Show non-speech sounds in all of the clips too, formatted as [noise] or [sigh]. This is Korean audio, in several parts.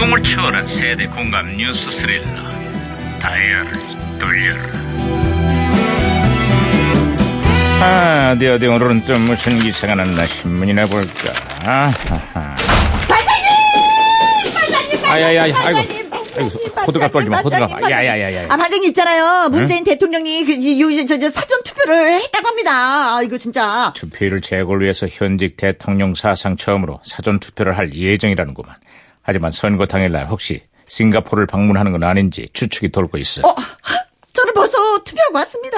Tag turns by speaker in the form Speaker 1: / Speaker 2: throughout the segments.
Speaker 1: 보다 치열한 세대 공감 뉴스 스릴러 다이얼을 돌려라 아, 어디 어디 오늘은 또 무슨 기사가 났나 신문이나 볼까 아하하
Speaker 2: 반장님,
Speaker 1: 아야야야,
Speaker 2: 반장님,
Speaker 1: 아이고.
Speaker 2: 반장님,
Speaker 1: 아이고,
Speaker 2: 반장님,
Speaker 1: 호들갑 떨지 마,
Speaker 2: 반장님,
Speaker 1: 호들갑.
Speaker 2: 반장님.
Speaker 1: 야야야야.
Speaker 2: 아, 반장님 있잖아요. 문재인 대통령이 그, 이- 요, 저, 저, 사전 투표를 했다고 합니다. 아, 이거 진짜.
Speaker 1: 투표율 제고를 위해서 현직 대통령 사상 처음으로 사전 투표를 할 예정이라는구만 하지만 선거 당일날 혹시 싱가포르를 방문하는 건 아닌지 추측이 돌고 있어
Speaker 2: 어, 저는 벌써 투표하고 왔습니다.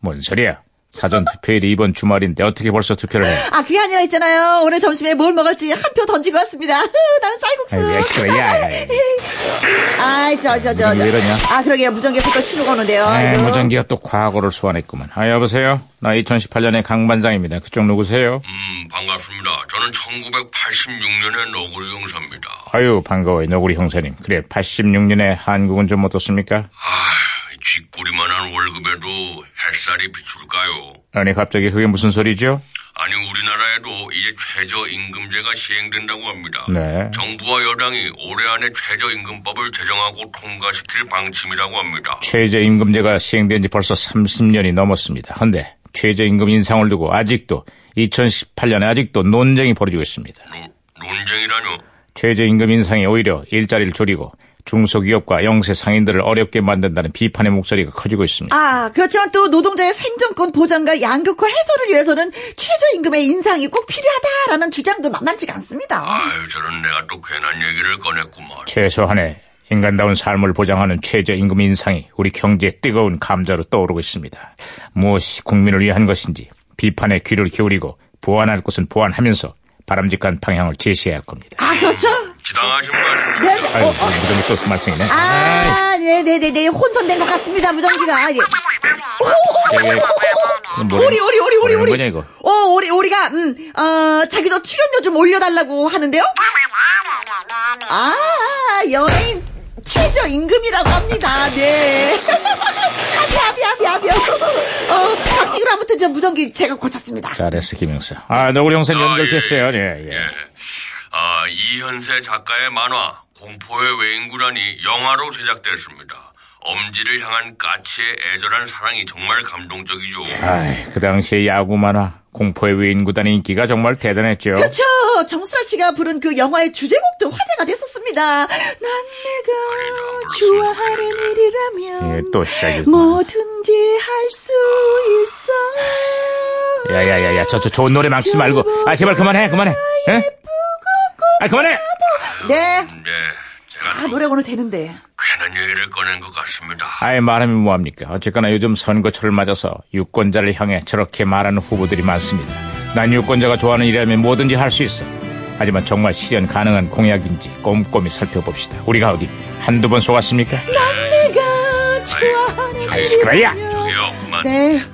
Speaker 1: 뭔 소리야 사전 투표일이 이번 주말인데 어떻게 벌써 투표를 해
Speaker 2: 아, 그게 아니라 있잖아요. 오늘 점심에 뭘 먹을지 한 표 던지고 왔습니다. [laughs] 흐, 나는 쌀국수.
Speaker 1: 아이고, 야, 시끄러, 야, 야, 야.
Speaker 2: [laughs] 아이, 저, 저, 저.
Speaker 1: 무전기
Speaker 2: 저.
Speaker 1: 왜 이러냐?
Speaker 2: 아, 그러게요. 무전기에서 또 신호가 오는데요.
Speaker 1: 아,
Speaker 2: 아이고.
Speaker 1: 무전기가 또 과거를 소환했구만. 아, 여보세요? 나 2018년의 강반장입니다. 그쪽 누구세요?
Speaker 3: 음, 반갑습니다. 저는 1986년의 너구리 형사입니다.
Speaker 1: 아유, 반가워요, 너구리 형사님. 그래, 86년에 한국은 좀 어떻습니까?
Speaker 3: 아, 쥐꼬리만한 월급에도 햇살이 비출까요?
Speaker 1: 아니, 갑자기 그게 무슨 소리죠?
Speaker 3: 아니, 우리나라에도 이제 최저임금제가 시행된다고 합니다.
Speaker 1: 네.
Speaker 3: 정부와 여당이 올해 안에 최저임금법을 제정하고 통과시킬 방침이라고 합니다.
Speaker 1: 최저임금제가 시행된 지 벌써 30년이 넘었습니다. 헌데, 최저임금 인상을 두고 아직도, 2018년에 아직도 논쟁이 벌어지고 있습니다.
Speaker 3: 노- 논쟁이라뇨?
Speaker 1: 최저임금 인상이 오히려 일자리를 줄이고, 중소기업과 영세 상인들을 어렵게 만든다는 비판의 목소리가 커지고 있습니다.
Speaker 2: 아, 그렇지만 또 노동자의 생존권 보장과 양극화 해소를 위해서는 최저임금의 인상이 꼭 필요하다라는 주장도 만만치가 않습니다.
Speaker 3: 아유, 저는 내가 또 괜한 얘기를 꺼냈구만.
Speaker 1: 최소한의 인간다운 삶을 보장하는 최저임금 인상이 우리 경제의 뜨거운 감자로 떠오르고 있습니다. 무엇이 국민을 위한 것인지 비판에 귀를 기울이고 보완할 것은 보완하면서 바람직한 방향을 제시해야 할 겁니다.
Speaker 2: 아, 그렇죠?
Speaker 3: 지당하신
Speaker 2: 네,
Speaker 3: 말씀입니다.
Speaker 2: 네.
Speaker 1: 아유, 뭐
Speaker 2: 어, 어.
Speaker 1: 무덤이 또 말썽이네.
Speaker 2: 아, 네네네네. 혼선된 것 같습니다, 무정기가. 예.
Speaker 1: 예,
Speaker 2: 어,
Speaker 1: 이거 뭐래?
Speaker 2: 뭐, 오리, 오리, 오리, 오리,
Speaker 1: 뭐라는
Speaker 2: 오리.
Speaker 1: 거냐, 이거?
Speaker 2: 어, 오리, 오리가, 음, 어, 자기도 출연료 좀 올려달라고 하는데요? 아, 연예인 최저임금이라고 합니다. 네. [laughs] 아비, 아비, 아비, 아비. 어, 박지규로 아무튼 저 무전기 제가 고쳤습니다.
Speaker 1: 잘했어, 김영사. 아, 너구리 형사님
Speaker 3: 아,
Speaker 1: 연결됐어요. 예, 예.
Speaker 3: 예. 아, 이현세 작가의 만화 공포의 외인구란이 영화로 제작됐습니다. 엄지를 향한 까치의 애절한 사랑이 정말 감동적이죠.
Speaker 1: 아이, 그 당시에 야구 만화, 공포의 외인 구단의 인기가 정말 대단했죠.
Speaker 2: 그렇죠. 정수라 씨가 부른 그 영화의 주제곡도 화제가 됐었습니다. 난 내가 좋아하는 일이라면
Speaker 1: 예, 또 시작이구나.
Speaker 2: 뭐든지 할 수 있어.
Speaker 1: 야야야야 저 저 좋은 노래 망치지 말고 아 제발 그만해 그만해 예? 아 그만해
Speaker 2: 네.
Speaker 3: 네, 제가
Speaker 2: 아, 노래 오늘 되는데.
Speaker 3: 괜한 얘기를 꺼낸 것 같습니다.
Speaker 1: 아이 말하면 뭐합니까 어쨌거나 요즘 선거철을 맞아서 유권자를 향해 저렇게 말하는 후보들이 많습니다 난 유권자가 좋아하는 일이라면 뭐든지 할 수 있어 하지만 정말 실현 가능한 공약인지 꼼꼼히 살펴봅시다 우리가 어디 한두 번 속았습니까
Speaker 2: 내가 좋아하는
Speaker 3: 아이,
Speaker 1: 시끄러워.
Speaker 2: 일이라면.
Speaker 3: 저기요, 아, 그만.
Speaker 2: 네.